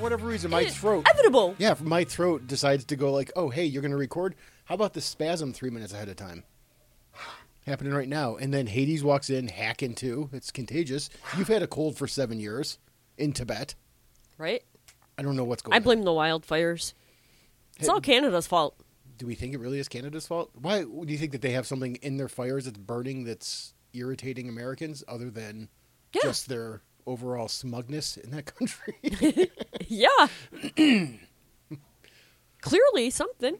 whatever reason, my throat. Inevitable. Yeah, if my throat decides to go like, oh, hey, you're going to record. How about the spasm three minutes ahead of time? Happening right now. And then Hades walks in, hack in two. It's contagious. You've had a cold for seven years in Tibet. Right? I don't know what's going I blame the wildfires. It's Hey- all Canada's fault. on. Do we think it really is Canada's fault? Why do you think that they have something in their fires that's burning that's irritating Americans other than Yeah. just their overall smugness in that country? Yeah. Clearly something.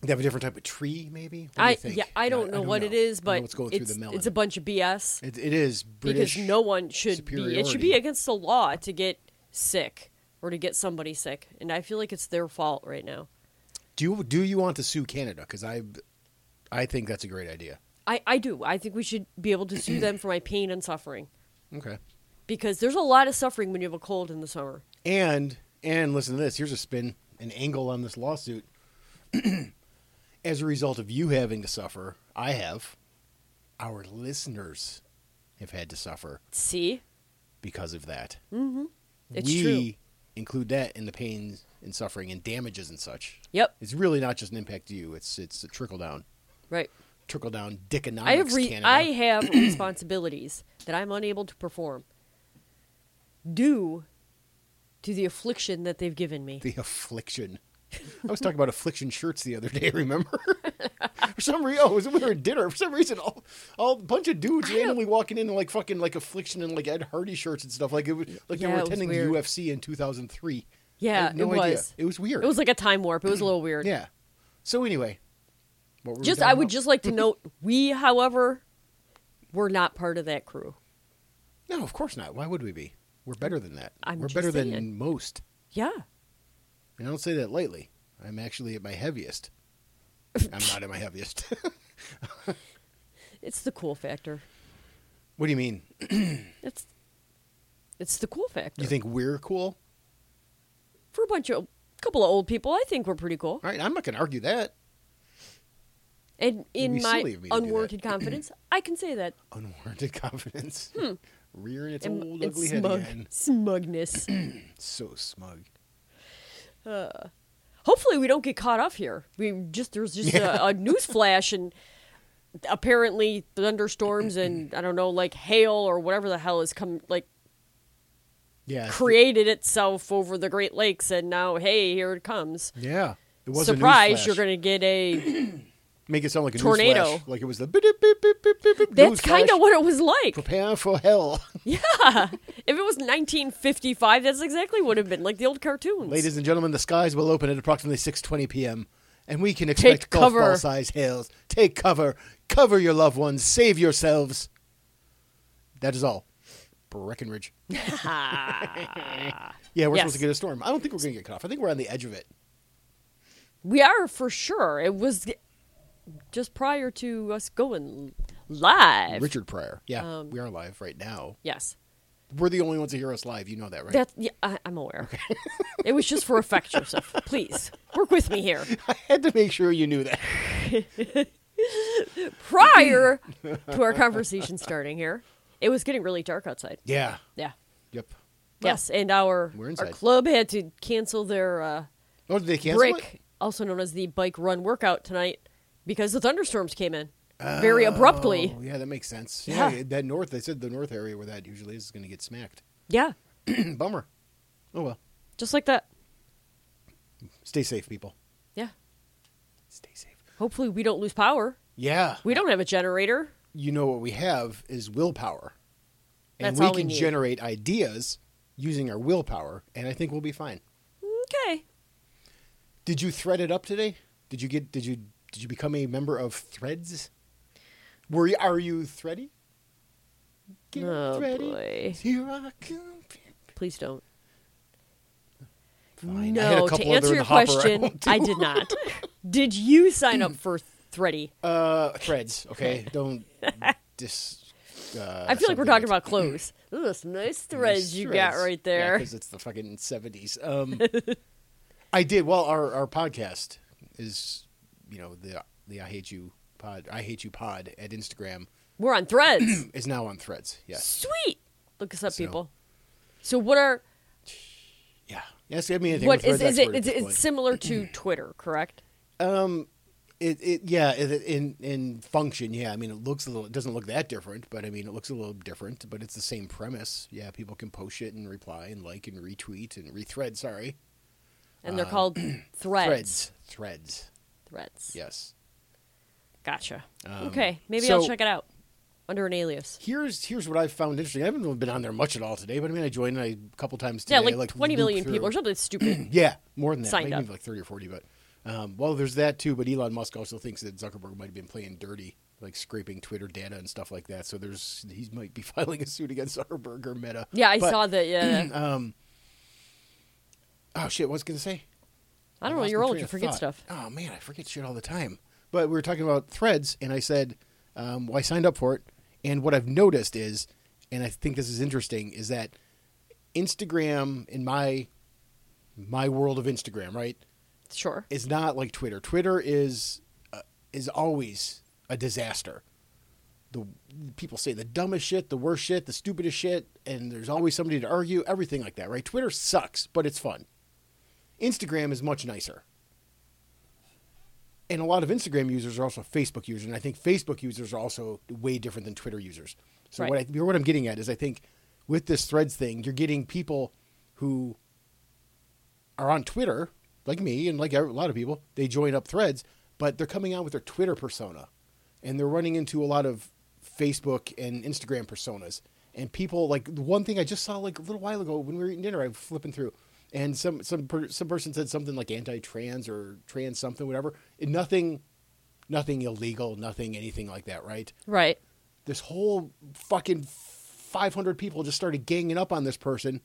they have a different type of tree, maybe? What do you I think? yeah, I don't know what it is, I don't know but what's going it's, through the melon. it's a bunch of BS It, it is British because no one should be. It should be superiority. against the law to get sick or to get somebody sick, and I feel like it's their fault right now. Do you, do you want to sue Canada? Because I, I think that's a great idea. I I do. I think we should be able to sue them for my pain and suffering Okay. because there's a lot of suffering when you have a cold in the summer. And and listen to this. Here's a spin, an angle on this lawsuit. As a result of you having to suffer, I have. Our listeners have had to suffer See, because of that. Mm-hmm. it's we true. include that in the pain and suffering and damages and such. Yep. It's really not just an impact to you. It's it's a trickle down, Right. trickle down dickonomics. I have re- Canada. I have responsibilities that I'm unable to perform due to the affliction that they've given me. The affliction. I was talking about affliction shirts the other day. Remember? for some reason, oh, it was we were at dinner. For some reason, all, all a bunch of dudes randomly walking in in like fucking like affliction and like Ed Hardy shirts and stuff. Like it was like Yeah, they it were was attending the weird. UFC in 2003. I Yeah, had no it idea. was. It was weird. It was like a time warp. It was a little weird. yeah. So anyway, what were we Just talking I would about? just like to note we, however, were not part of that crew. no, of course not. Why would we be? We're better than that. I'm we're just better saying. than most, Yeah. and I don't say that lightly. I'm actually at my heaviest. I'm not at my heaviest. It's the cool factor. what do you mean? It's it's the cool factor. You think we're cool? For a bunch of couple of old people, I think we're pretty cool. All right, I'm not going to argue that. And in be my silly of me to do that. unwarranted confidence, I can say that. Unwarranted confidence, Hmm. rearing its And- old and ugly head smug- again. smugness. So smug. Hopefully, we don't get caught up here. We just there's just a, a news flash and apparently thunderstorms and I don't know like hail or whatever the hell is come like Yeah. created itself over the Great Lakes and now hey here it comes. Yeah. It was Surprise! A You're to gonna get a. make it sound like a tornado. newsflash, Like it was the beep, beep, beep, beep, beep, beep, beep, That's kind of newsflash. what it was like. prepare for hell, If it was 1955, that's exactly what it would have been like the old cartoons. ladies and gentlemen. The skies will open at approximately 6:20 p.m. and we can expect Take golf cover. ball size hails. Take cover. Cover your loved ones. Save yourselves. That is all. Breckenridge. Yeah, we're Yes. supposed to get a storm. I don't think we're going to get cut off. I think we're on the edge of it. we are for sure. It was just prior to us going live. Richard Pryor. Yeah, Um, we are live right now. Yes. We're the only ones that hear us live. You know that, right? That's yeah, I, I'm aware. it was just for effect, Joseph. Please work with me here. I had to make sure you knew that. Prior to our conversation starting here, it was getting really dark outside. Yeah. Yeah. Yep. Yes, and our We're our inside. club had to cancel their uh, Oh, did they cancel break, it? also known as the bike run workout tonight, because the thunderstorms came in very abruptly. Oh, yeah, that makes sense. Yeah. Yeah. that north. They said the north area where that usually is going to get smacked. Yeah, Bummer. Oh well. just like that. Stay safe, people. Yeah. Stay safe. Hopefully, we don't lose power. Yeah. We don't have a generator. you know what we have is willpower, and That's we all we can need. generate ideas using our willpower, and I think we'll be fine. Okay. Did you thread it up today? Did you get? Did you? Did you become a member of Threads? Were you, are you thready? Get Oh thready. boy. Here I come. Please don't. Fine. I had a No, to couple other answer in your the hopper I question, won't I, did not. did you sign up for Thready? Uh, threads. Okay, don't dis. Uh, I feel like we're something talking that's- about clothes. Ooh, that's some nice threads you got Threads. right Yeah, there. because it's the fucking seventies. Um, I did. Well, our our podcast is, you know, the the I hate you pod. I hate you pod at Instagram We're on threads. is now on Threads. Yes. Sweet. Look us up, So- people. So what are Yeah. Yeah, ask me anything. What I'm a is threads is expert at it? Is, this it's point. similar to Twitter, correct? Um, it, it yeah it, it- in in function yeah I mean it looks a little it doesn't look that different but I mean it looks a little different but it's the same premise yeah people can post shit and reply and like and retweet and rethread sorry And they're called threads. Uh, threads threads Threads. yes Gotcha. okay, maybe I'll Um, so- check it out under an alias. here's here's what I found interesting I haven't really been on there much at all today but I mean I joined a couple times today Yeah, like, I, 20 loop million through. people or something stupid. yeah more than that signed maybe up. like thirty or forty but um, well there's that too but Elon Musk also thinks that Zuckerberg might have been playing dirty like scraping Twitter data and stuff like that so there's he might be filing a suit against Zuckerberg or Meta yeah, I But- saw that. Yeah, Um. Oh shit! What was I gonna say? I don't know. lost You're my old. train You of forget thought. stuff. Oh man, I forget shit all the time. But we were talking about threads, and I said, um, well, I signed up for it. And what I've noticed is, and I think this is interesting, is that Instagram in my my world of Instagram, right, Sure. is not like Twitter. Twitter is uh, is always a disaster. The people say the dumbest shit, the worst shit, the stupidest shit, and there's always somebody to argue, everything like that, right? Twitter sucks, but it's fun. Instagram is much nicer. And a lot of Instagram users are also Facebook users, and I think Facebook users are also way different than Twitter users. So what Right. I, what I'm getting at is I think with this Threads thing, you're getting people who are on Twitter, like me and like a lot of people, they join up threads, but they're coming out with their Twitter persona. And they're running into a lot of Facebook and Instagram personas. And people like the one thing I just saw like a little while ago when we were eating dinner, I was flipping through, and some some per, some person said something like anti-trans or trans something, whatever. And nothing, nothing illegal, nothing anything like that, right? Right. this whole fucking 500 people just started ganging up on this person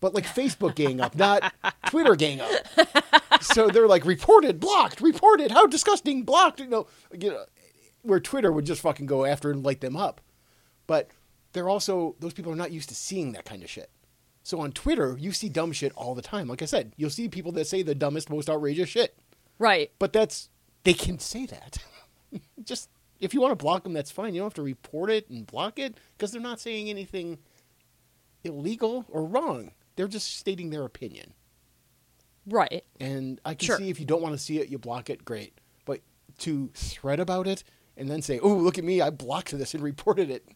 but like facebook gang up not twitter gang up so they're like reported blocked reported how disgusting blocked you know, you know where twitter would just fucking go after and light them up but they're also those people are not used to seeing that kind of shit so on twitter you see dumb shit all the time like i said you'll see people that say the dumbest most outrageous shit Right. but that's they can say that. Just if you want to block them, that's fine. You don't have to report it and block it because they're not saying anything illegal or wrong. They're just stating their opinion. Right. And I can Sure. see if you don't want to see it, you block it. Great, but to thread about it and then say, "Oh, look at me! I blocked this and reported it,"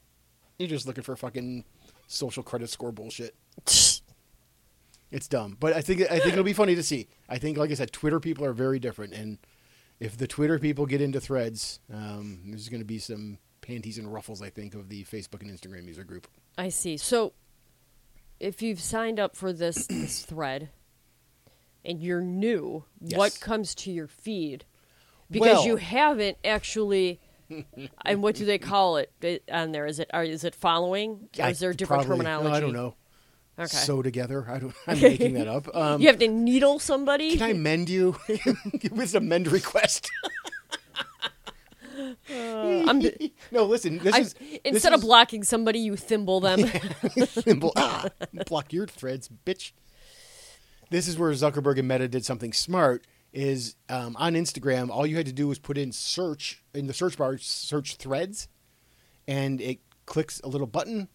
you're just looking for fucking social credit score bullshit. It's dumb, but I think I think it'll be funny to see. I think, like I said, Twitter people are very different, and if the Twitter people get into threads, um, there's going to be some panties and ruffles. I think of the Facebook and Instagram user group. I see. So, if you've signed up for this this thread, and you're new, what Yes. comes to your feed? Because you Well- haven't actually. and what do they call it it- on there? Is it are, is it following? Or is there a different Probably- no, terminology? I don't know. Okay. So together, I don't. I'm making that up. Um, you have to needle somebody. Can I mend you? With a mend request. Uh, I'm, no, listen. This I- is this instead of is- blocking somebody, you thimble them. thimble. Ah, block your threads, bitch. This is where Zuckerberg and Meta did something smart. Is um, on Instagram, all you had to do was put in search in the search bar, search threads, and it clicks a little button,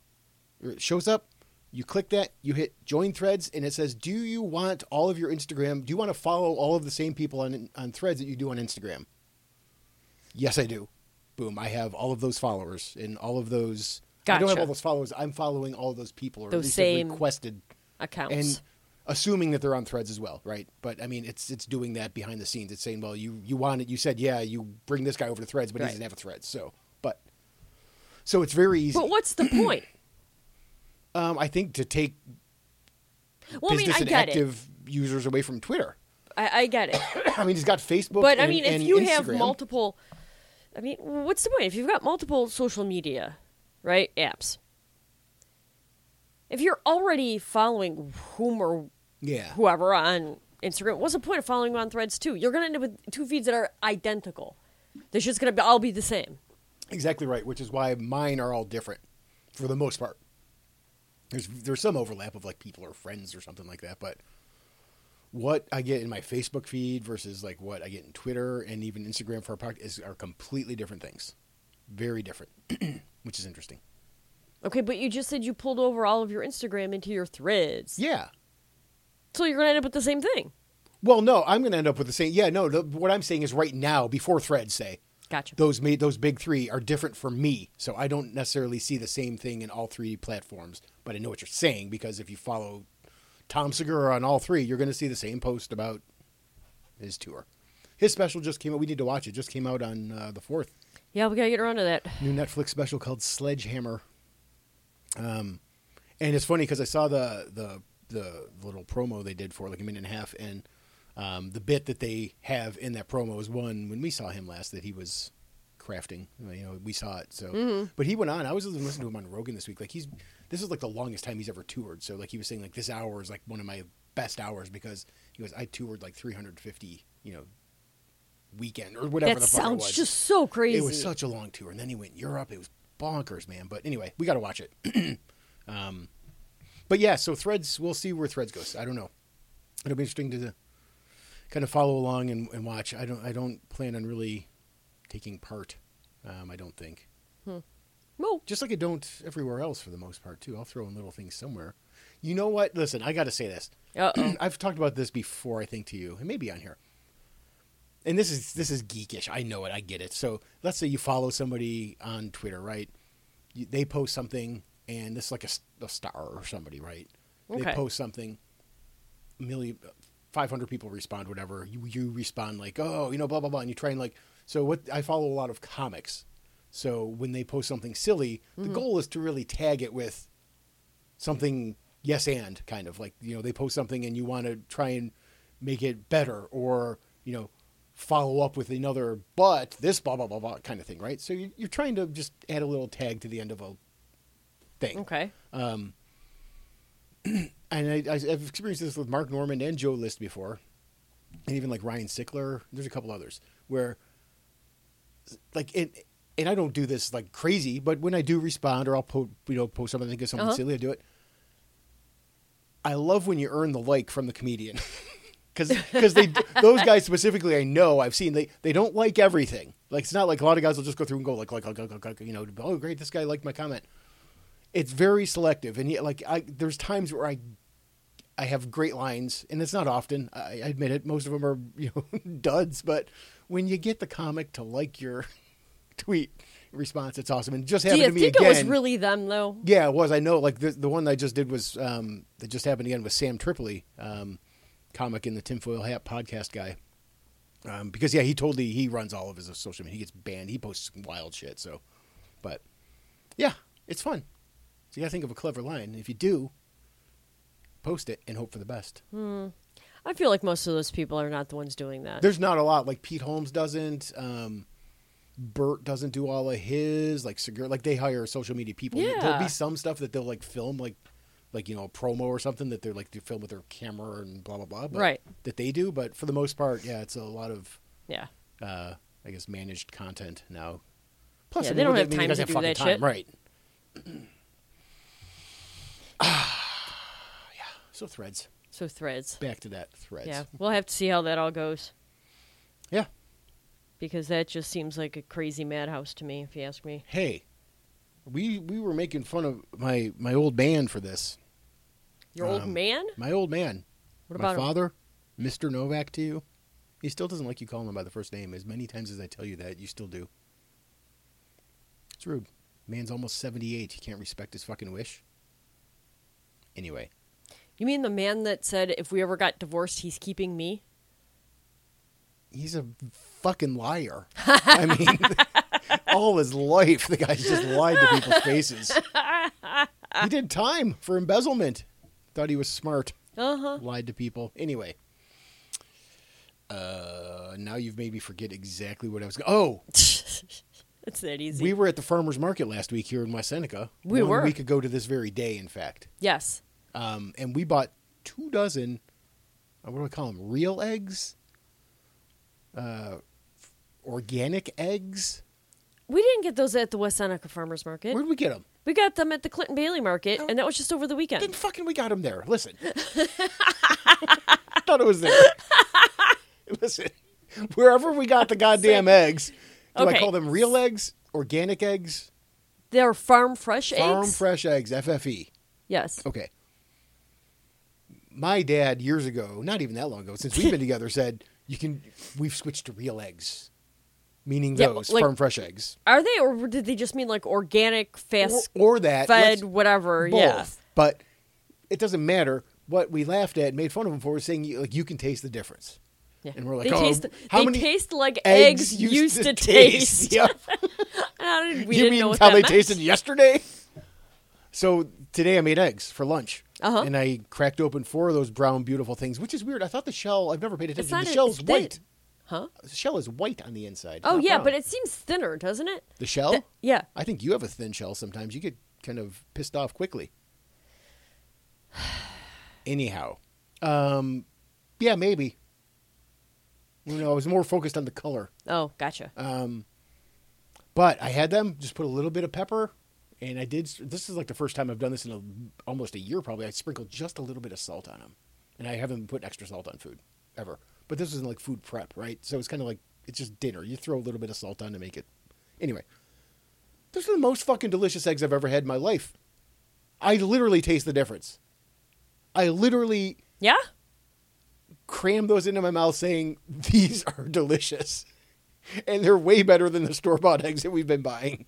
or it shows up. You click that, you hit join threads, and it says, "Do you want all of your Instagram? Do you want to follow all of the same people on on threads that you do on Instagram?" Yes, I do. Boom! I have all of those followers and all of those. I don't have Gotcha. all those followers. I'm following all those people, or Those at least same- have requested, Accounts. and assuming that they're on Threads as well, right? But I mean, it's it's doing that behind the scenes. It's saying, well, you you want it. You said, yeah, you bring this guy over to Threads, but Right. he doesn't have a Threads. So, but so it's very easy. but what's the point? um, I think to take Well, I mean, business I and get it. active users away from Twitter. I, I get it. I mean, he's got Facebook. But I and- mean, if and you have Instagram. multiple, I mean, what's the point? If you've got multiple social media, right, apps, if you're already following whom or yeah, whoever on Instagram, what's the point of following them on Threads too? You're gonna end up with two feeds that are identical. They're just gonna be, all be the same. Exactly right, which is why mine are all different for the most part. There's there's some overlap of like people or friends or something like that, but what I get in my Facebook feed versus like what I get in Twitter and even Instagram for our podcast is are completely different things. Very different, which is interesting. Okay, but you just said you pulled over all of your Instagram into your Threads. Yeah. So you're gonna end up with the same thing. Well, no, I'm going to end up with the same. Yeah, no. The, what I'm saying is right now, before threads say Gotcha. those ma- those big three are different for me, so I don't necessarily see the same thing in all three platforms. But I know what you're saying because if you follow Tom Segura on all three, you're going to see the same post about his tour. His special just came out. We need to watch it. Just came out on uh, the fourth. yeah, we gotta get around to that. New Netflix special called Sledgehammer. Um, and it's funny because I saw the the the little promo they did for like a minute and a half, and um, the bit that they have in that promo is one when we saw him last that he was crafting. You know, we saw it. So, Mm-hmm. but he went on. I was listening to him on Rogan this week. Like he's this is like the longest time he's ever toured. So like he was saying like this hour is like one of my best hours because he goes I toured like 350 you know weekend or whatever. that the fuck it sounds was. just so crazy. It was such a long tour, and then he went Europe. It was bonkers, man. But anyway, we got to watch it. um, but yeah, so Threads, we'll see where Threads goes. I don't know. It'll be interesting to kind of follow along and, and watch. I don't. I don't plan on really taking part. Um, I don't think. Well, Just like I don't everywhere else for the most part too. I'll throw in little things somewhere. You know what? Listen, I got to say this. uh-oh. I've talked about this before, I think, to you, and maybe on here. And this is this is geekish. I know it. I get it. So let's say you follow somebody on Twitter, right? You, they post something, and this is like a, s- a star or somebody, right? They Okay. post something, a million, five hundred people respond, whatever. You you respond like, oh, you know, blah blah blah, and you try and like. So what? I follow a lot of comics. So when they post something silly, the goal is to really tag it with something yes and kind of like you know they post something and you want to try and make it better or you know follow up with another but this blah blah blah blah kind of thing right so you- you're trying to just add a little tag to the end of a thing okay. and I, I- I've experienced this with Mark Norman and Joe List before, and even like Ryan Sickler. There's a couple others where, like, it, and I don't do this like crazy, but when I do respond or I'll post, you know, post something, I think of something Uh-huh. silly, I do it. I love when you earn the like from the comedian, because they those guys specifically I know I've seen they they don't like everything. Like it's not like a lot of guys will just go through and go like like like like, like, like you know oh great this guy liked my comment. It's very selective, and yet like I there's times where I I have great lines, and it's not often. I I admit it. Most of them are you know duds, but when you get the comic to like your tweet response, it's awesome. And it just Do happened you to me think again. it was really them though? Yeah, it was. I know. Like the the one that I just did was um, that just happened again with Sam Tripoli, um, comic in the Tinfoil Hat podcast guy. Um, because yeah, he totally he runs all of his social media. He gets banned. He posts some wild shit. So, but yeah, it's fun. So you gotta think of a clever line. If you do, post it and hope for the best. I feel like most of those people are not the ones doing that. There's not a lot. Like Pete Holmes doesn't. Um, Bert doesn't do all of his like secure. Like they hire social media people. There'll Yeah. be some stuff that they'll like film like like you know a promo or something that they're like to film with their camera and blah blah blah. But, Right. That they do, but for the most part, yeah, it's a lot of yeah. uh, I guess managed content now. Plus, Yeah, I mean, they don't what have do you mean you time guys to have do fucking that time, shit. right? yeah. So threads. So threads. Back to that threads. Yeah. We'll have to see how that all goes Yeah. because that just seems like a crazy madhouse to me, if you ask me. hey, we we were making fun of my my old man for this. Your old Um, man? My old man, What my about him? father, Mister Novak to you. He still doesn't like you calling him by the first name. As many times as I tell you that, you still do. It's rude. Man's almost seventy-eight. He can't respect his fucking wish. Anyway, You mean the man that said if we ever got divorced, he's keeping me? he's a fucking liar. I mean, all his life, the guy's just lied to people's faces. He did time for embezzlement. Thought he was smart. Uh huh. lied to people. Anyway, uh, now you've made me forget exactly what I was. Go- oh, it's that easy. we were at the farmers market last week here in West Seneca. We One were. week ago to this very day, in fact. yes. Um, and we bought two dozen. uh, What do I call them? Real eggs, uh, organic eggs. We didn't get those at the West Seneca Farmers Market. Where did we get them? we got them at the Clinton Bailey Market, and that was just over the weekend. Then fucking we got him there. Listen. Thought it was there. Listen. Wherever we got the goddamn eggs, do I Okay. call them real eggs, organic eggs, They're farm fresh farm eggs. E. fresh eggs, FFE? yes. Okay. my dad years ago, not even that long ago, since we've been together, said you can. We've switched to real eggs, meaning Yeah, those like- farm fresh eggs, Are they, or did they just mean like organic, or, fast or that fed, let's- whatever? both. Yeah. But it doesn't matter. What we laughed at and made fun of him for was saying you- like you can taste the difference. Yeah. And we're like, they oh, taste, how they many taste like eggs, used to, taste. Yeah. I didn't- we you didn't mean know what how that they meant. tasted yesterday? So today I made eggs for lunch, Uh-huh. and I cracked open four of those brown, beautiful things, which is weird. I thought the shell—I've never paid attention. not The a- shell's it's thin. white. Huh? The shell is white on the inside. Oh not yeah, brown. but it seems thinner, doesn't it? the shell. Th- yeah. I think you have a thin shell. Sometimes you get kind of pissed off quickly. Anyhow, um, yeah, maybe. You know, I was more focused on the color. Oh, gotcha. Um, but I had them just put a little bit of pepper, and I did. This is like the first time I've done this in a, almost a year, probably. I sprinkled just a little bit of salt on them, and I haven't put extra salt on food ever. But this was in like food prep, right? So it's kind of like it's just dinner. You throw a little bit of salt on to make it. Anyway, those are the most fucking delicious eggs I've ever had in my life. I literally taste the difference. I literally yeah. cram those into my mouth saying these are delicious and they're way better than the store-bought eggs that we've been buying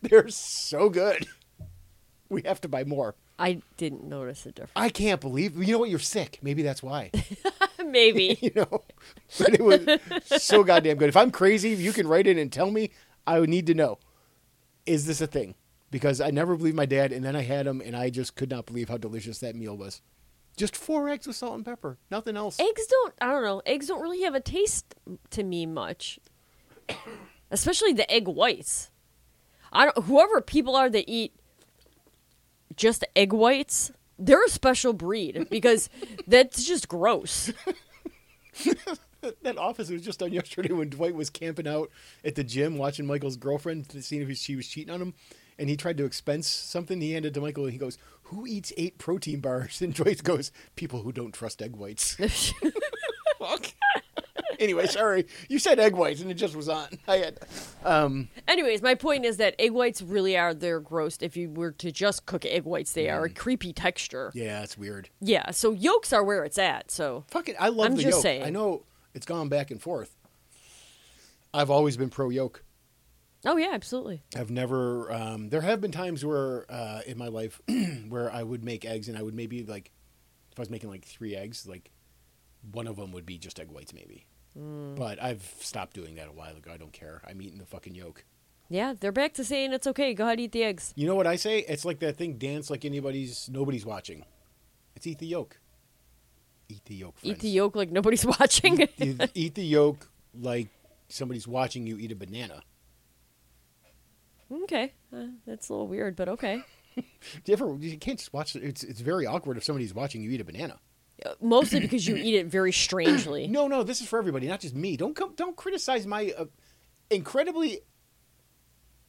they're so good we have to buy more I didn't notice the difference. i can't believe you know what you're sick maybe that's why Maybe. you know but it was so goddamn good if i'm crazy you can write in and tell me i would need to know is this a thing because i never believed my dad and then i had him and i just could not believe how delicious that meal was just four eggs with salt and pepper nothing else eggs don't. I don't know. Eggs don't really have a taste to me much, especially the egg whites. I don't. Whoever people are that eat just egg whites, they're a special breed because that's just gross. That office was just on yesterday when Dwight was camping out at the gym watching Michael's girlfriend, seeing if she was cheating on him. And he tried to expense something. He handed it to Michael and he goes, Who eats eight protein bars? And Dwight goes, People who don't trust egg whites. Fuck. anyway, sorry. You said egg whites and it just was on. I had. Um, Anyways, my point is that egg whites really are they're gross. If you were to just cook egg whites, they are a creepy texture. Yeah. yeah, it's weird. so yolks are where it's at. So Fucking, I love I'm the just yolk. saying. I know it's gone back and forth. I've always been pro yolk. oh yeah, absolutely. I've never. Um, there have been times where uh, in my life where I would make eggs, and I would maybe like, if I was making like three eggs, like one of them would be just egg whites, maybe. Mm. But I've stopped doing that a while ago. I don't care. I'm eating the fucking yolk. Yeah, they're back to saying it's okay. Go ahead, eat the eggs. You know what I say? It's like that thing. Dance like anybody's. Nobody's watching. It's eat the yolk. Eat the yolk. Friends. Eat the yolk like nobody's watching. You eat the yolk like somebody's watching you eat a banana. okay, uh, that's a little weird, but okay. Do you ever? You can't just watch. it. It's it's very awkward if somebody's watching you eat a banana. Uh, Mostly because you eat it very strangely. No, no, this is for everybody, not just me. Don't come, don't criticize my uh, incredibly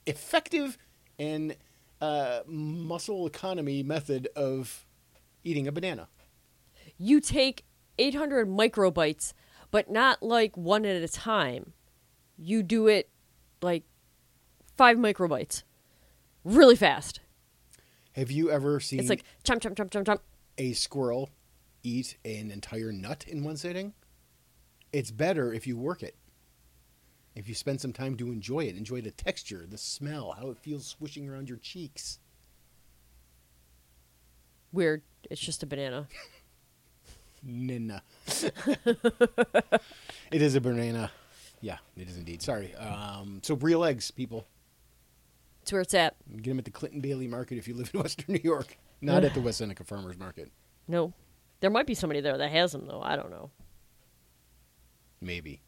effective and uh, muscle economy method of eating a banana. You take 800 microbites, but not like one at a time. You do it like five microbites, really fast. Have you ever seen It's like chomp chomp chomp chomp chomp. a squirrel eat an entire nut in one sitting? It's better if you work it. If you spend some time to enjoy it, enjoy the texture, the smell, how it feels swishing around your cheeks. Weird. It's just a banana. Nina. it is a banana. Yeah, it is indeed. Sorry. Um, so real eggs, people. It's where it's at. Get them at the Clinton Bailey Market if you live in Western New York, not at the West Seneca Farmers Market. No, there might be somebody there that has them though. I don't know. Maybe.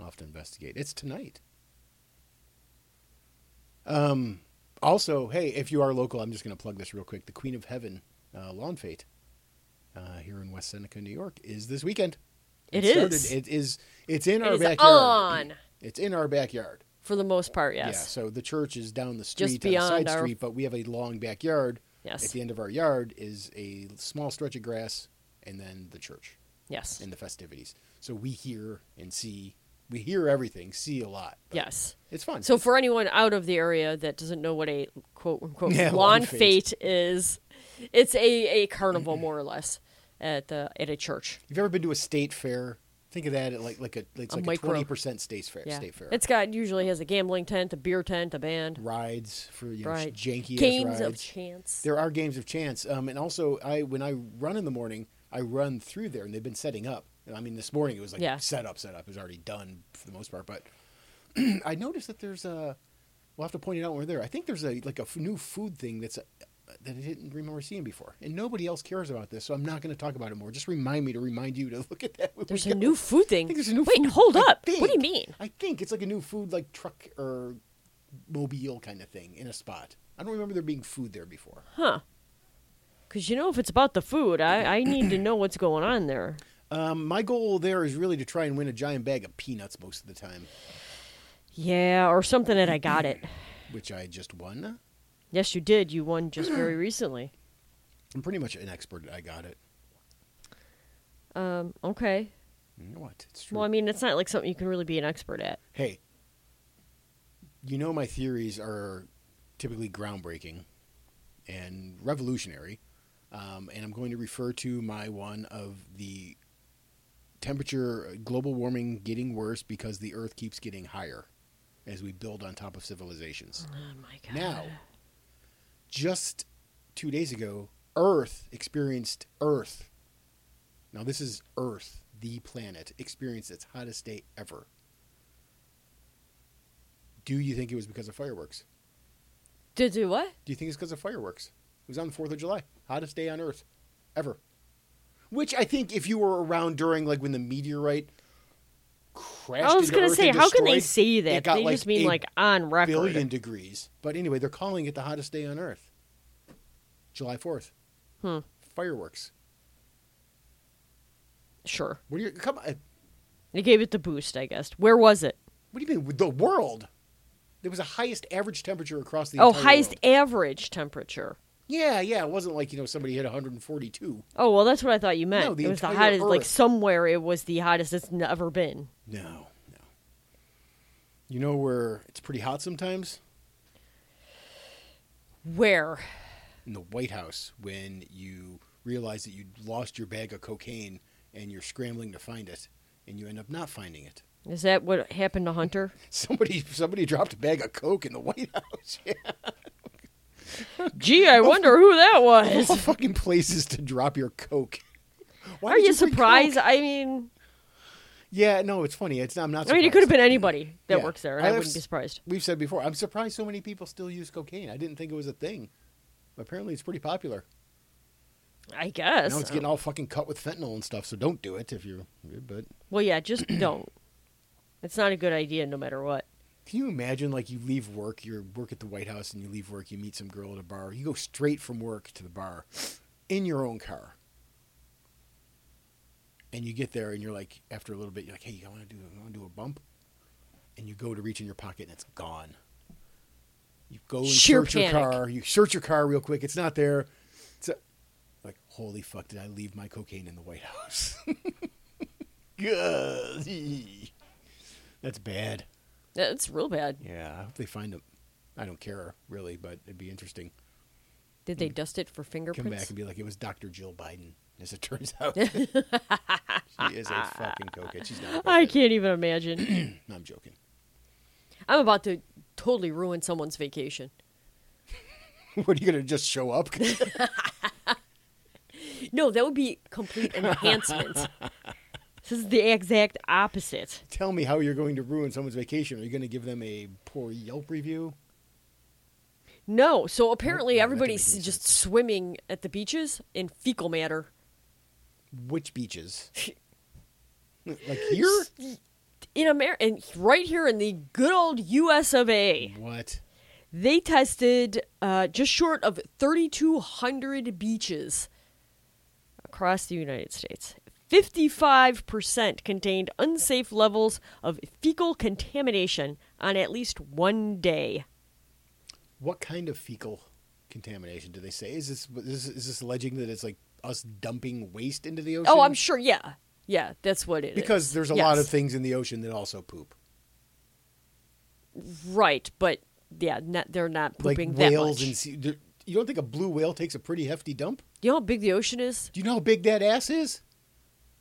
I'll have to investigate. It's tonight. Um, also, hey, if you are local, I'm just going to plug this real quick. The Queen of Heaven uh, Lawn Fate uh, here in West Seneca, New York, is this weekend. It It is. started- It is. It's in It our is backyard. on. It's in our backyard. For the most part, yes. Yeah, so the church is down the Just street, on a side beyond our- street, but we have a long backyard. Yes. At the end of our yard is a small stretch of grass, and then the church Yes. and the festivities. So we hear and see, we hear everything, see a lot. but yes. it's fun. So for anyone out of the area that doesn't know what a quote unquote Yeah, lawn lawn fate is, it's a, a carnival more or less. at the at a church. You've ever been to a state fair? Think of that at like like a it's A like a micro. twenty percent state fair. Yeah, State fair. it's got usually has a gambling tent, a beer tent, a band, rides for you know, right? janky rides. games of chance. There are games of chance, um, and also I when I run in the morning, I run through there, and they've been setting up. I mean, this morning it was like Yeah. set up, set up. It was already done for the most part, but I noticed that there's a. We'll have to point it out when we're there. I think there's a like a f- new food thing that's a, that I didn't remember seeing before, and nobody else cares about this, so I'm not going to talk about it more. Just remind me to remind you to look at that. when we There's a go. new food thing. I think there's a new Wait, food- hold I up. What do you think- mean? I think it's like a new food, like truck or mobile kind of thing in a spot. I don't remember there being food there before. Huh? Because you know, if it's about the food, I I need to know what's going on there. Um, my goal there is really to try and win a giant bag of peanuts most of the time, Yeah, or something that I got it. which I just won. Yes, you did. You won just very recently. I'm pretty much an expert. I got it. Um, okay. You know what? It's true. Well, I mean, it's not like something you can really be an expert at. hey, you know my theories are typically groundbreaking and revolutionary, um, and I'm going to refer to my one of the temperature, global warming getting worse because the Earth keeps getting higher as we build on top of civilizations. Oh my god. Now, just two days ago, Earth experienced Earth. Now, this is Earth, the planet, experienced its hottest day ever. Do you think it was because of fireworks? Did do what? Do you think it's because of fireworks? It was on the 4th of July. Hottest day on Earth ever. Which I think if you were around during, like, when the meteorite crashed I was going gonna to say, how can they say that? It got They like just mean a like on record. billion degrees. But anyway, they're calling it the hottest day on Earth. July 4th. Hmm. Fireworks. Sure, What do you come on, they gave it the boost. I guess. Where was it? What do you mean with the world? There was a highest average temperature across the oh, entire highest world. average temperature. Yeah, yeah, it wasn't like, you know, somebody hit 142. Oh well, that's what I thought you meant. No, the it was the entire hottest. Like Earth. somewhere, it was the hottest it's never been. No, no. You know where it's pretty hot sometimes? Where? In the White House when you realize that you lost your bag of cocaine and you're scrambling to find it and you end up not finding it. Is that what happened to Hunter? Somebody somebody dropped a bag of coke in the White House. Yeah. Oh, Gee, I wonder who that Of all was. fucking places to drop your coke. Why Are did you bring surprised? Coke? I mean, Yeah, no, it's funny. It's not, I'm not. I mean, it surprised. could have been anybody that Yeah. works there, and I I, have wouldn't be s- surprised. We've said before. I'm surprised so many people still use cocaine. I didn't think it was a thing. Apparently, it's pretty popular. I guess. now it's getting all fucking cut with fentanyl and stuff. So don't do it if you're. But Well, yeah, just don't. It's not a good idea, no matter what. can you imagine? Like you leave work, you work at the White House, and you leave work, you meet some girl at a bar. You go straight from work to the bar, in your own car. And you get there, and you're like, after a little bit, you're like, "Hey, I want to do, I want to do a bump," and you go to reach in your pocket, and it's gone. You go and Sheer search your panic. car. You search your car real quick. It's not there. It's a, like, holy fuck! Did I leave my cocaine in the White House? Golly. That's bad. Yeah, It's real bad. Yeah, I hope they find them. I don't care really, but it'd be interesting. Did they dust it for Mm. Come back fingerprints? and be like, it was Dr. Jill Biden, as it turns out. she is a fucking cokehead. She's not. A I cokehead. can't even imagine. No, I'm joking. I'm about to totally ruin someone's vacation. what are you gonna just show up? No, that would be complete enhancement. this is the exact opposite. Tell me how you're going to ruin someone's vacation. Are you gonna give them a poor Yelp review? No, so apparently yeah, that doesn't make everybody's any just swimming at the beaches in fecal matter. Which beaches? like here? In America, and right here in the good old U.S. of A. What? They tested uh, just short of 3,200 beaches across the United States. 55% contained unsafe levels of fecal contamination on at least one day. What kind of fecal contamination do they say? Is this is, is this alleging that it's like us dumping waste into the ocean? Oh, I'm sure. Yeah. Yeah, that's what it is. because there's a lot of Yes. things in the ocean that also poop. Right, but yeah, not, they're not pooping like that whales much. and sea, there- you don't think a blue whale takes a pretty hefty dump? Do you know how big the ocean is? Do you know how big that ass is?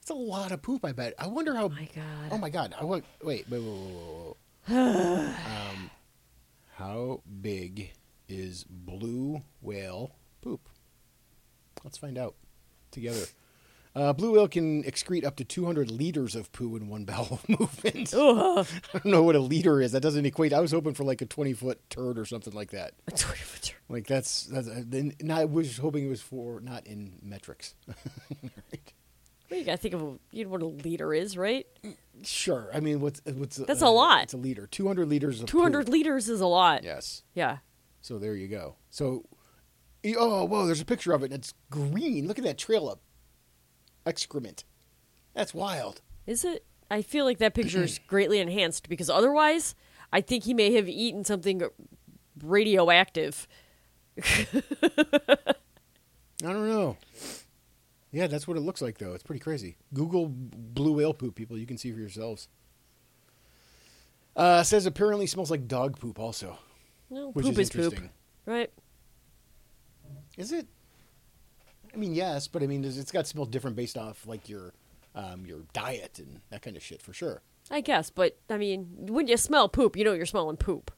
It's a lot of poop. I bet. I wonder how. my God. Oh my god. I want. Wait. Wait. Wait. Wait. wait, wait. um, how big is blue whale poop? Let's find out together. Uh, blue whale can excrete up to 200 liters of poo in one bowel movement. Ugh. I don't know what a liter is. That doesn't equate. I was hoping for like a 20 foot turd or something like that. Like that's that's uh, then. and I was hoping it was for not in metrics. Well, you gotta think of a, you know what a liter is, right? Mm, Sure. I mean, what's uh, what's That's a lot. It's a liter. Two hundred liters of Two hundred poop. liters is a lot. Yes. Yeah. So there you go. So, y- oh whoa, there's a picture of it. and It's green. Look at that trail of excrement. That's wild. Is it? I feel like that picture is greatly enhanced because otherwise, I think he may have eaten something radioactive. I don't know. Yeah, that's what it looks like though. It's pretty crazy. Google blue whale poop, people. You can see for yourselves. Uh, says apparently smells like dog poop also, No, which poop is is, interesting. poop, right? Is it? I mean, yes, but I mean, it's it's got to smell different based off like your um, your diet and that kind of shit for sure. I guess, but I mean, when you smell poop, you know you're smelling poop,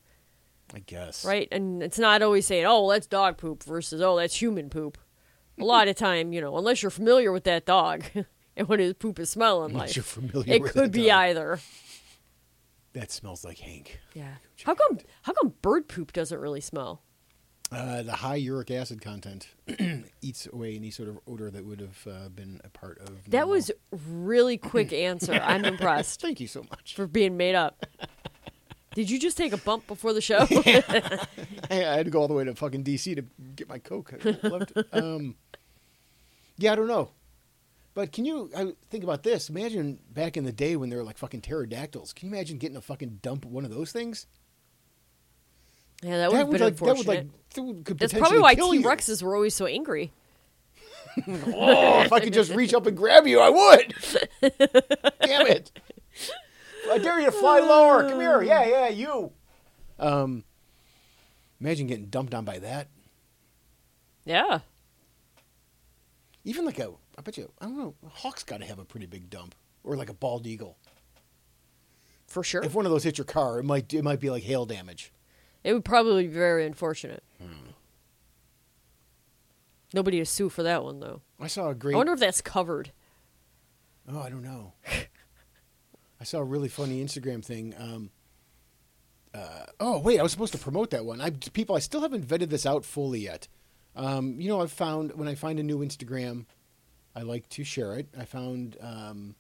I guess. right? And it's not always saying, "Oh, well, that's dog poop" versus "Oh, that's human poop." A lot of time, you know, unless you're familiar with that dog and what his poop is smelling Unless like, you're familiar it with could that be dog. either. That smells like Hank. Yeah. Check How it come? out. How come bird poop doesn't really smell? Uh, the high uric acid content eats away any sort of odor that would have uh, been a part of. That normal- was really quick answer. I'm impressed Thank you so much. for being made up. Did you just take a bump before the show? I, I had to go all the way to fucking DC to get my coke. I loved it. um, yeah, I don't know. But can you I, think about this? Imagine back in the day when they were like fucking pterodactyls. Can you imagine getting a fucking dump of one of those things? yeah, that would have been like that unfortunate. would like that would, could That's potentially probably why kill T you. Rexes were always so angry. Oh, if I could just reach up and grab you, I would. Damn it! I dare you to fly lower. Come here. Yeah, yeah, you. Um, imagine getting dumped on by that. Yeah. Even like a, I bet you, I don't know. A hawk's got to have a pretty big dump, or like a bald eagle. For sure. If one of those hits your car, it might it might be like hail damage. It would probably be very unfortunate. Hmm. Nobody to sue for that one, though. I saw a great. I wonder if that's covered. Oh, I don't know. I saw a really funny Instagram thing. Um, uh, oh wait, I was supposed to promote that one. I people, I still haven't vetted this out fully yet. Um, you know, I've found when I find a new Instagram, I like to share it. I found um,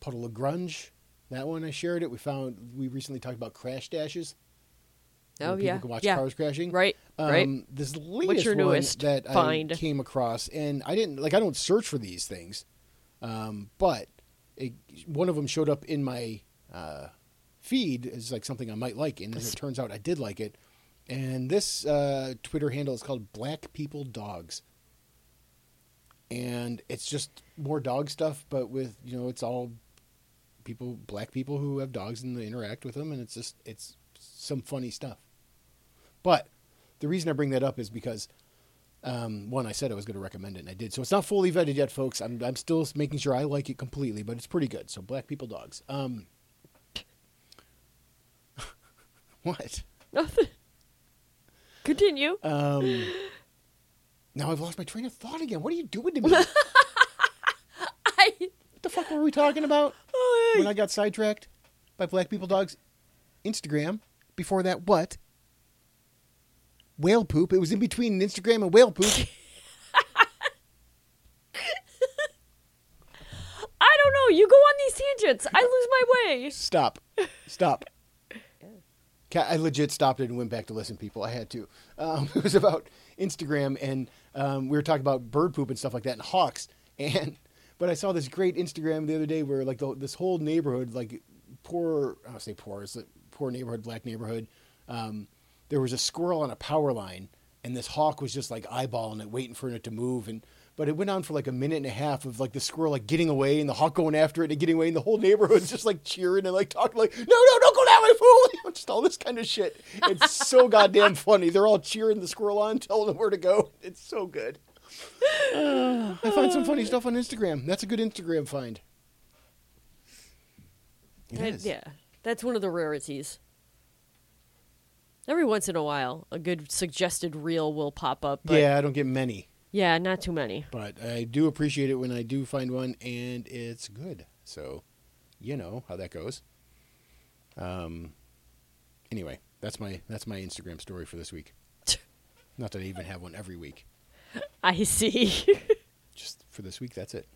Puddle of Grunge, that one I shared it. We found we recently talked about crash dashes. where Oh, people yeah. can watch yeah. cars crashing. Um, Right, right. This latest your one newest that I find? came across, and I didn't like. I don't search for these things, um, but it, one of them showed up in my uh, feed as like something I might like, and then it turns out I did like it. And this uh, Twitter handle is called Black People Dogs, and it's just more dog stuff, but with you know, it's all people, black people who have dogs and they interact with them, and it's just it's some funny stuff. But the reason I bring that up is because um, one, I said I was going to recommend it, and I did. So it's not fully vetted yet, folks. I'm I'm still making sure I like it completely, but it's pretty good. So black people dogs. Um, what? Nothing. Continue. Um, now I've lost my train of thought again. What are you doing to me? what I, the fuck were we talking about oh, when I got sidetracked by black people dogs? Instagram. Before that, what? Whale poop. It was in between Instagram and whale poop. I don't know. You go on these tangents. I lose my way. stop, stop. Ca- I legit stopped it and went back to listen. People, I had to. Um, it was about Instagram, and um, we were talking about bird poop and stuff like that, and hawks. And but I saw this great Instagram the other day where like the, this whole neighborhood, like poor, I don't say poor, it's a poor neighborhood, black neighborhood. Um, there was a squirrel on a power line, and this hawk was just like eyeballing it, waiting for it to move. And But it went on for like a minute and a half of like the squirrel like getting away and the hawk going after it and getting away and the whole neighborhood's just like cheering and like talking like no no don't go that way fool just all this kind of shit. It's so goddamn funny. They're all cheering the squirrel on, telling him where to go. It's so good. I find some funny stuff on Instagram. That's a good Instagram find. It That- is. yeah, that's one of the rarities. Every once in a while, a good suggested reel will pop up. But yeah, yeah, I don't get many. not too many. but I do appreciate it when I do find one and it's good. So, you know how that goes. Um. Anyway, that's my that's my Instagram story for this week. Not that I even have one every week. I see. Just for this week, that's it.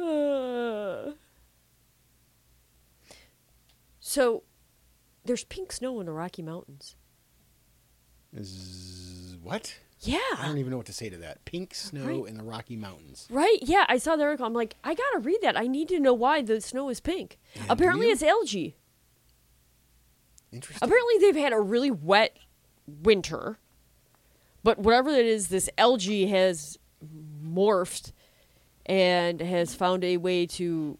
Uh. so, there's pink snow in the Rocky Mountains. Is- what? I Yeah. don't even know what to say to that. Pink snow Ah. Right. in the Rocky Mountains. Right? Yeah, I saw the article. I'm like, I gotta read that. I need to know why the snow is pink. And Apparently, you- it's algae. Interesting. Apparently, they've had a really wet winter, but whatever it is, this algae has morphed and has found a way to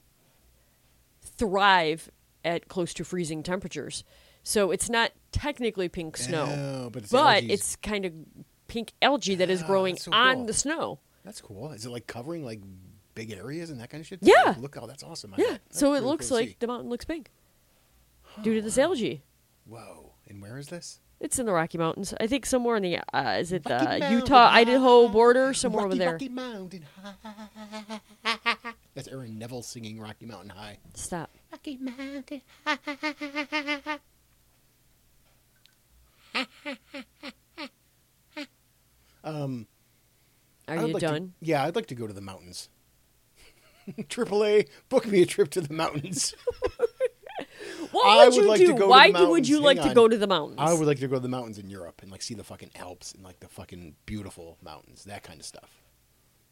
thrive at close to freezing temperatures. So it's not technically pink snow, Oh, but it's but algaes. it's kind of pink algae that is Ah, growing that's so on cool. the snow. that's cool. Is it like covering like big areas and that kind of shit? Yeah. Look how that's awesome. I- Yeah, that's so it really looks cool to like see. the mountain looks pink due to this algae. Whoa! And where is this? It's in the Rocky Mountains. I think somewhere in the uh, is it Rocky the Mountain Utah High. Idaho border somewhere Rocky, over there. Rocky Mountain High. That's Aaron Neville singing Rocky Mountain High. Stop. Rocky Mountain. um, Are I would you like to- done? yeah, I'd like to go to the mountains. AAA, book me a trip to the mountains. What I would, would you like to do? go to the Why do, would you mountains. like Hang to on. go to the mountains? I would like to go to the mountains in Europe and like see the fucking Alps and like the fucking beautiful mountains, that kind of stuff.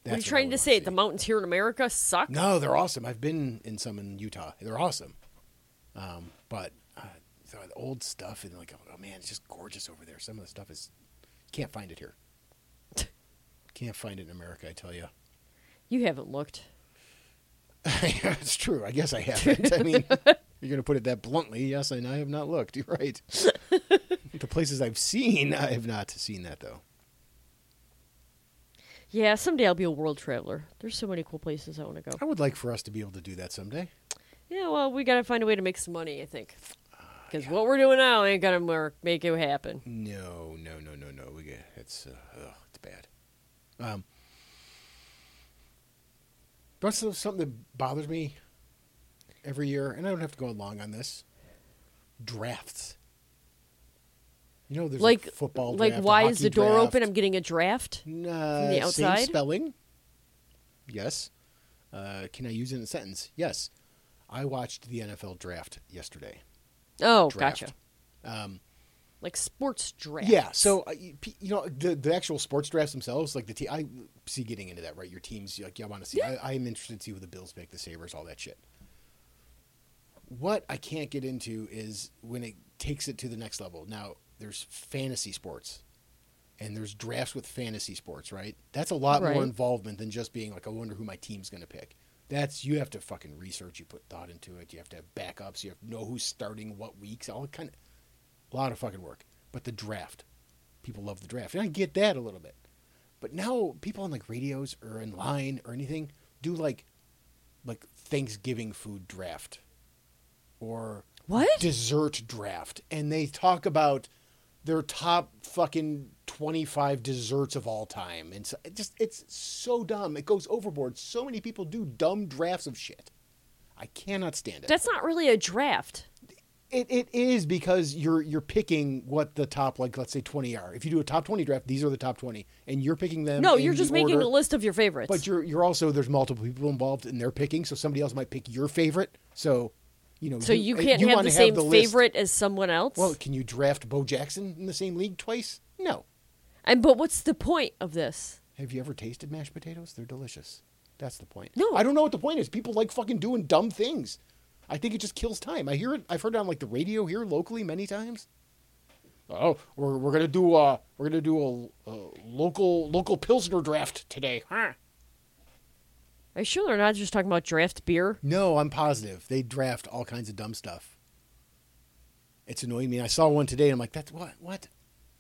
What are you That's what I trying would to wanna say? see. The mountains here in America suck. No, they're awesome. I've been in some in Utah. They're awesome. Um, but uh, so the old stuff and like, oh man, it's just gorgeous over there. Some of the stuff is can't find it here. Can't find it in America, I tell you. You haven't looked. it's true. I guess I haven't. I mean, you're going to put it that bluntly. Yes, and I have not looked. You're right. the places I've seen, I have not seen that though. Yeah, someday I'll be a world traveler. There's so many cool places I want to go. I would like for us to be able to do that someday. Yeah, well, we gotta find a way to make some money, I think. Uh, Because what we're doing now ain't gonna work, make it happen. No, no, no, no, no. We get it's uh, ugh, it's bad. Um, that's so- something that bothers me every year, and I don't have to go long on this. Drafts. You know, there's like, Like, football. like, draft, a why is hockey the door draft. open? I'm getting a draft. Nah, the outside? Same spelling. Yes. Uh, can I use it in a sentence? Yes. I watched the NFL draft yesterday. Oh, Draft. gotcha. Um, Like sports draft. Yeah. So uh, you pe- you know the the actual sports drafts themselves, like the team. I see getting into that, right? Your teams, like yeah, I want to see. I, I am interested to see who the Bills pick, the Sabers, all that shit. What I can't get into is when it takes it to the next level. Now there's fantasy sports, and there's drafts with fantasy sports, right? That's a lot Right. more involvement than just being like, I wonder who my team's going to pick. That's you have to fucking research. You put thought into it. You have to have backups. You have to know who's starting what weeks. All kind of a lot of fucking work. But the draft, people love the draft, and I get that a little bit. But now people on like radios or online or anything do like, like Thanksgiving food draft, or What? dessert draft, and they talk about their top fucking twenty five desserts of all time, and so, it just it's so dumb. It goes overboard. So many people do dumb drafts of shit. I cannot stand it That's not really a draft. it, it is because you're you're picking what the top like let's say 20 are if you do a top 20 draft these are the top 20 and you're picking them No, in you're the just making order, a list of your favorites. but you're you're also there's multiple people involved and they're picking so somebody else might pick your favorite so you know so you eh, can't have wanna the same list. favorite as someone else. well can you draft bo jackson in the same league twice no and but what's the point of this? have you ever tasted mashed potatoes they're delicious that's the point No. i don't know what the point is people like fucking doing dumb things i think it just kills time i hear it i've heard it on like the radio here locally many times Oh, we're, we're gonna do uh we're gonna do a, a local local pilsner draft today. Huh? Are you sure they're not just talking about draft beer? No, I'm positive. They draft all kinds of dumb stuff. It's annoying me. I saw one today and I'm like, that's what? What?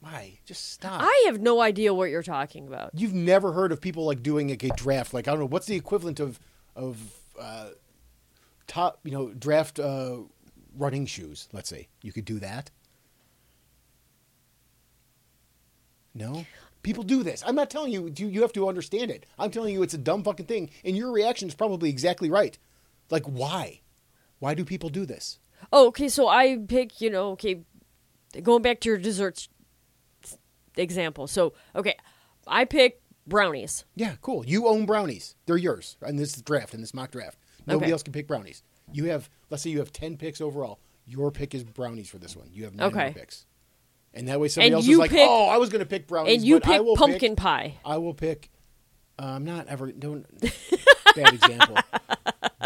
Why? Just stop. I have no idea what you're talking about. You've never heard of people like doing like a draft. Like, I don't know, what's the equivalent of, of uh, top, you know, draft uh, running shoes, let's say. You could do that. No? People do this. I'm not telling you, you, you have to understand it. I'm telling you, it's a dumb fucking thing. And your reaction is probably exactly right. Like, why? Why do people do this? Oh, okay, so I pick, you know, okay, going back to your desserts example. So, okay, I pick brownies. Yeah, cool. You own brownies. They're yours in this draft, in this mock draft. Nobody Okay. else can pick brownies. You have, let's say you have 10 picks overall. Your pick is brownies for this one. You have nine more Okay. picks. And that way somebody And else is you like, pick- oh, I was going to pick brownies. and you but I pick will pumpkin pie. I will pick. uh, I'm not ever don't bad example.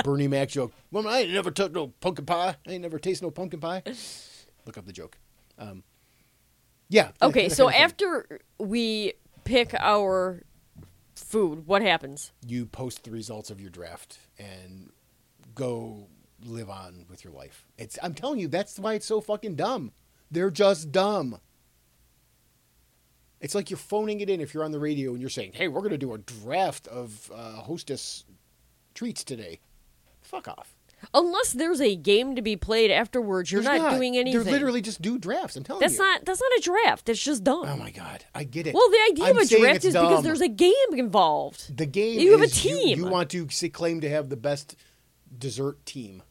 Bernie Mac joke. Well, I ain't never took no pumpkin pie. I ain't never tasted no pumpkin pie. Look up the joke. Um, yeah. that Okay, kinda so kinda thing. after we pick our food, what happens? you post the results of your draft and go live on with your life. It's I'm telling you that's why it's so fucking dumb. They're just dumb. It's like you're phoning it in if you're on the radio and you're saying, "Hey, we're going to do a draft of uh, hostess treats today." Fuck off. Unless there's a game to be played afterwards, you're There's not, doing anything. They're literally just do drafts. I'm telling that's you. not that's not a draft. That's just dumb. Oh my god, I get it. well, the idea I'm of a saying draft it's is because dumb. there's a game involved. The game. You have a is team. You, want to say, claim to have the best dessert team.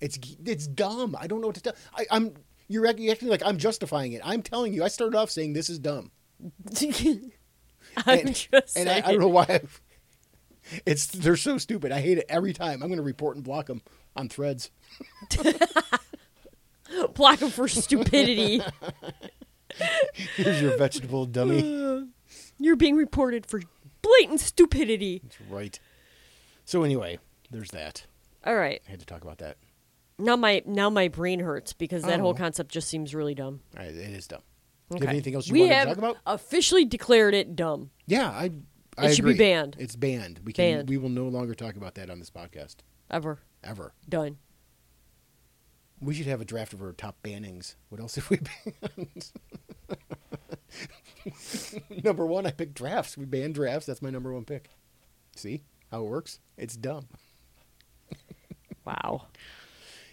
It's g- it's dumb. I don't know what to tell. I, I'm you're act- you're acting like I'm justifying it. I'm telling you. I started off saying this is dumb, I'm and, just and I, saying. I don't know why. I've, it's they're so stupid. I hate it every time. I'm going to report and block them on Threads. block them for stupidity. Here's your vegetable dummy. You're being reported for blatant stupidity. That's right. So anyway, there's that. All right. I had to talk about that. Now my now my brain hurts because that Oh. whole concept just seems really dumb. All right, it is dumb. Do you have Okay. anything else you we want have to talk about? Officially declared it dumb. Yeah, I. I It should be agree. banned. It's banned. We can. Banned. We will no longer talk about that on this podcast Ever ever. done. We should have a draft of our top bannings. What else have we banned? number one, I picked drafts. We banned drafts. That's my number one pick. See how it works? It's dumb. Wow.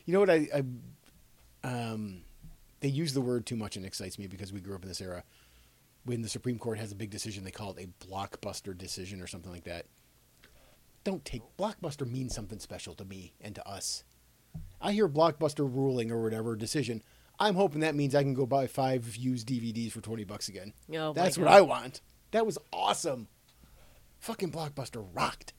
You know what I, I um they use the word too much and it excites me because we grew up in this era. When the Supreme Court has a big decision, they call it a blockbuster decision or something like that. Don't take blockbuster means something special to me and to us. I hear blockbuster ruling or whatever decision. I'm hoping that means I can go buy five used DVDs for twenty bucks again. Oh my That's what God. I want. That was awesome. Fucking blockbuster rocked.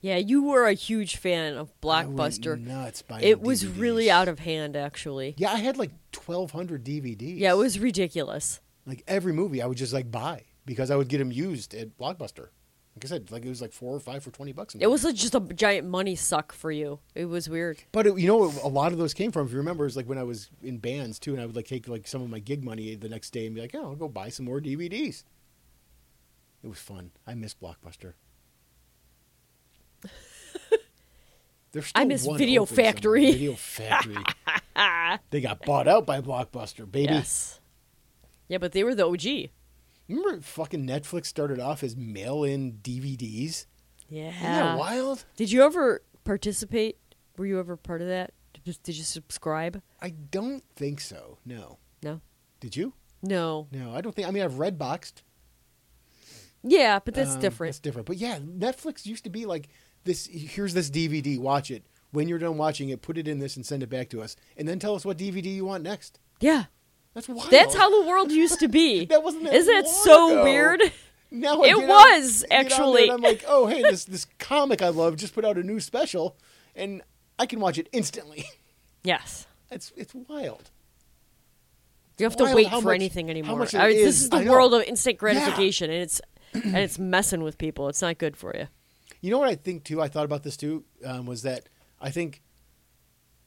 Yeah, you were a huge fan of I went Blockbuster. Nuts buying It was really DVDs. out of hand, actually. Yeah, I had like 1,200 DVDs. Yeah, it was ridiculous. like every movie I would just like buy because I would get them used at Blockbuster. Like I said, like it was like four or five for 20 bucks. It was like just a giant money suck for you. It was weird. but it, you know, a lot of those came from, if you remember, is like when I was in bands too, and I would like take like some of my gig money the next day and be like, oh, I'll go buy some more DVDs. It was fun. I miss Blockbuster. There's I still miss one Video open somewhere. Factory. Video Factory. they got bought out by Blockbuster, baby. Yes. Yeah, but they were the OG. Remember, fucking Netflix started off as mail-in DVDs. Isn't Yeah. that wild? Did you ever participate? Were you ever part of that? Did you- Did you subscribe? I don't think so. No. No. Did you? No. No, I don't think. I mean, I've red boxed. Yeah, but that's Um, different. That's different. But yeah, Netflix used to be like this. Here's this DVD. Watch it. When you're done watching it, put it in this and send it back to us, and then tell us what DVD you want next. Yeah. That's wild. That's how the world used to be. That wasn't that Isn't that long so ago. weird? Now It get on- get was, on there actually. and I'm like, oh hey, this this comic I love just put out a new special, and I can watch it instantly. Yes. It's it's wild. You have to wild wait how for much- anything how anymore. much it I mean, is. This is the I know. world of instant gratification, and it's and it's messing with people. It's not good for you. You know what I think too? I thought about this too. Um, was that I think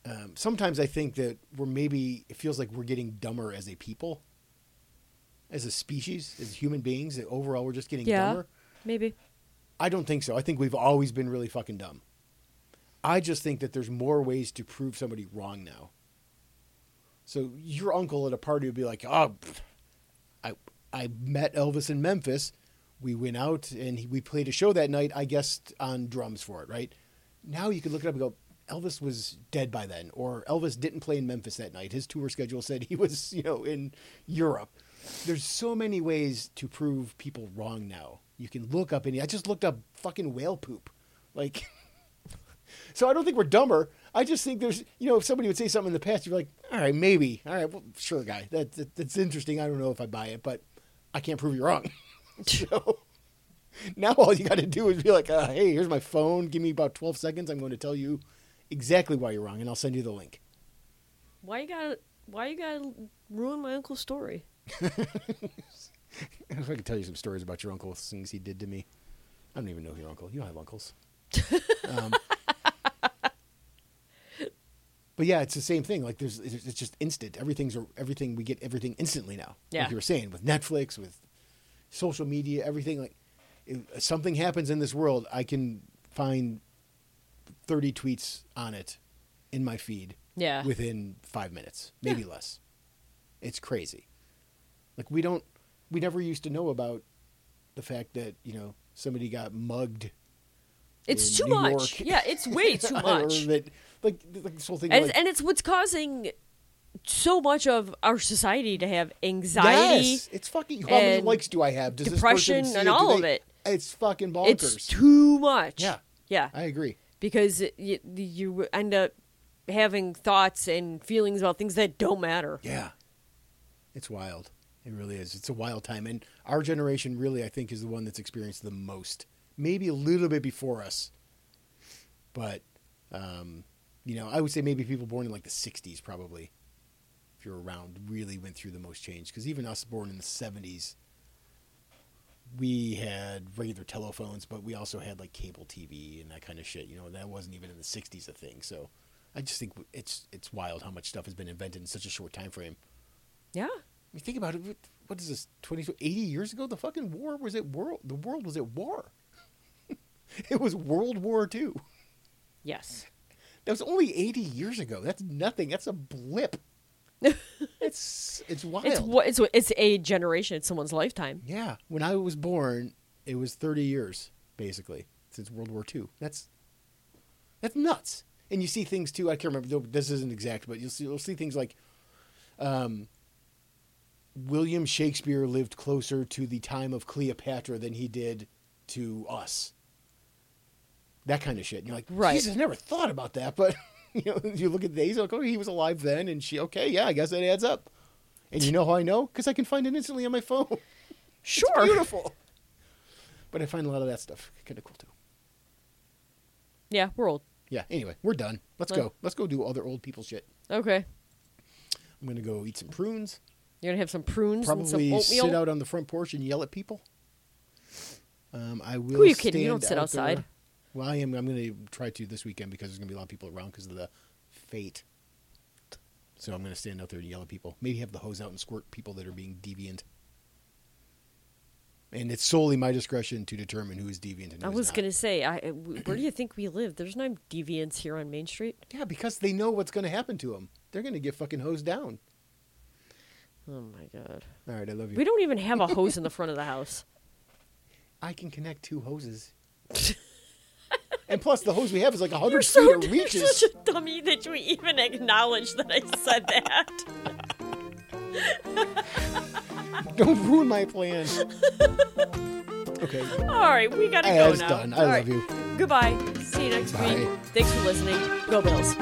um, sometimes I think that we're maybe it feels like we're getting dumber as a people, as a species, as human beings. That overall we're just getting Yeah. dumber. Maybe. I don't think so. I think we've always been really fucking dumb. I just think that there's more ways to prove somebody wrong now. So your uncle at a party would be like, "Oh, pff, I I met Elvis in Memphis. We went out and he, we played a show that night. I guessed on drums for it, right? Now you could look it up and go, Elvis was dead by then, or Elvis didn't play in Memphis that night. His tour schedule said he was, you know, in Europe. There's so many ways to prove people wrong now. You can look up any. I just looked up fucking whale poop, like. So I don't think we're dumber. I just think there's, you know, if somebody would say something in the past, you're like, all right, maybe, all right, well, sure, guy, that, that that's interesting. I don't know if I buy it, but I can't prove you wrong. so now all you got to do is be like, uh, hey, here's my phone. Give me about 12 seconds. I'm going to tell you exactly why you're wrong, and I'll send you the link. Why you gotta? Why you gotta ruin my uncle's story? I wish I could tell you some stories about your uncle, things he did to me. I don't even know your uncle. You don't have uncles. um, but yeah, it's the same thing. Like there's, it's it's just instant. Everything's everything we get everything instantly now. Yeah. Like you were saying with Netflix, with social media, everything. Like if something happens in this world, I can find thirty tweets on it in my feed Yeah. within five minutes, maybe less. It's crazy. Like we don't, we never used to know about the fact that you know somebody got mugged. it's in too New much. York. Yeah, it's way too Or much. that- like, like this whole thing. and, like, it's, and it's what's causing so much of our society to have anxiety. yes, it's fucking. How many and likes do I have? Does depression this person see and it? Do all of they- it. It's fucking bonkers. It's too much. Yeah. Yeah. I agree. because you, you end up having thoughts and feelings about things that don't matter. Yeah. It's wild. It really is. It's a wild time. And our generation, really, I think, is the one that's experienced the most. Maybe a little bit before us. But, um, you know, I would say maybe people born in like the 60s, probably, if you're around, really went through the most change. Because even us born in the 70s, we had regular telephones, but we also had like cable TV and that kind of shit. You know, that wasn't even in the '60s a thing. So, I just think it's it's wild how much stuff has been invented in such a short time frame. Yeah. I mean, think about it. What, what is this? 20, 80 years ago, the fucking war was at world. The world was at war. it was World War II. Yes. That was only 80 years ago. That's nothing. That's a blip. it's it's wild. It's what it's it's a generation. It's someone's lifetime. Yeah. When I was born, it was 30 years, basically, since World War II. That's that's nuts. And you see things too. I can't remember. though, This isn't exact, but you'll see, you'll see things like um, William Shakespeare lived closer to the time of Cleopatra than he did to us. That kind of shit. And you're like, Right. Jesus, I never thought about that. But you know, you look at the days, like, oh, he was alive then, and she, okay, yeah, I guess that adds up. And you know how I know? Because I can find it instantly on my phone. Sure. It's beautiful. But I find a lot of that stuff kind of cool too. Yeah, we're old. Yeah. Anyway, we're done. Let's Well- go. Let's go do other old people shit. Okay. I'm gonna go eat some prunes. You're gonna have some prunes and some Probably oatmeal. sit out on the front porch and yell at people. Um, I will. Who are you kidding? You stand don't sit out there- outside. Well, I am. I'm gonna try to this weekend because there's gonna be a lot of people around because of the fate. So I'm gonna stand out there and yell at people. Maybe have the hose out and squirt people that are being deviant. And it's solely my discretion to determine who is deviant and who I is was not. gonna say, I I- where do you think we live? There's no deviants here on Main Street. Yeah, because they know what's going to happen to them. They're going to get fucking hosed down. Oh my god. All right, I love you. We don't even have a hose in the front of the house. I can connect two hoses. and plus, the hose we have is like 100 You're feet so of you're reaches. such a dummy that you even acknowledge that I said that. Don't ruin my plan. okay, All right, we gotta I go was now. done. I All love right. you. Goodbye. See you next Bye. week. Thanks for listening. Go Bills.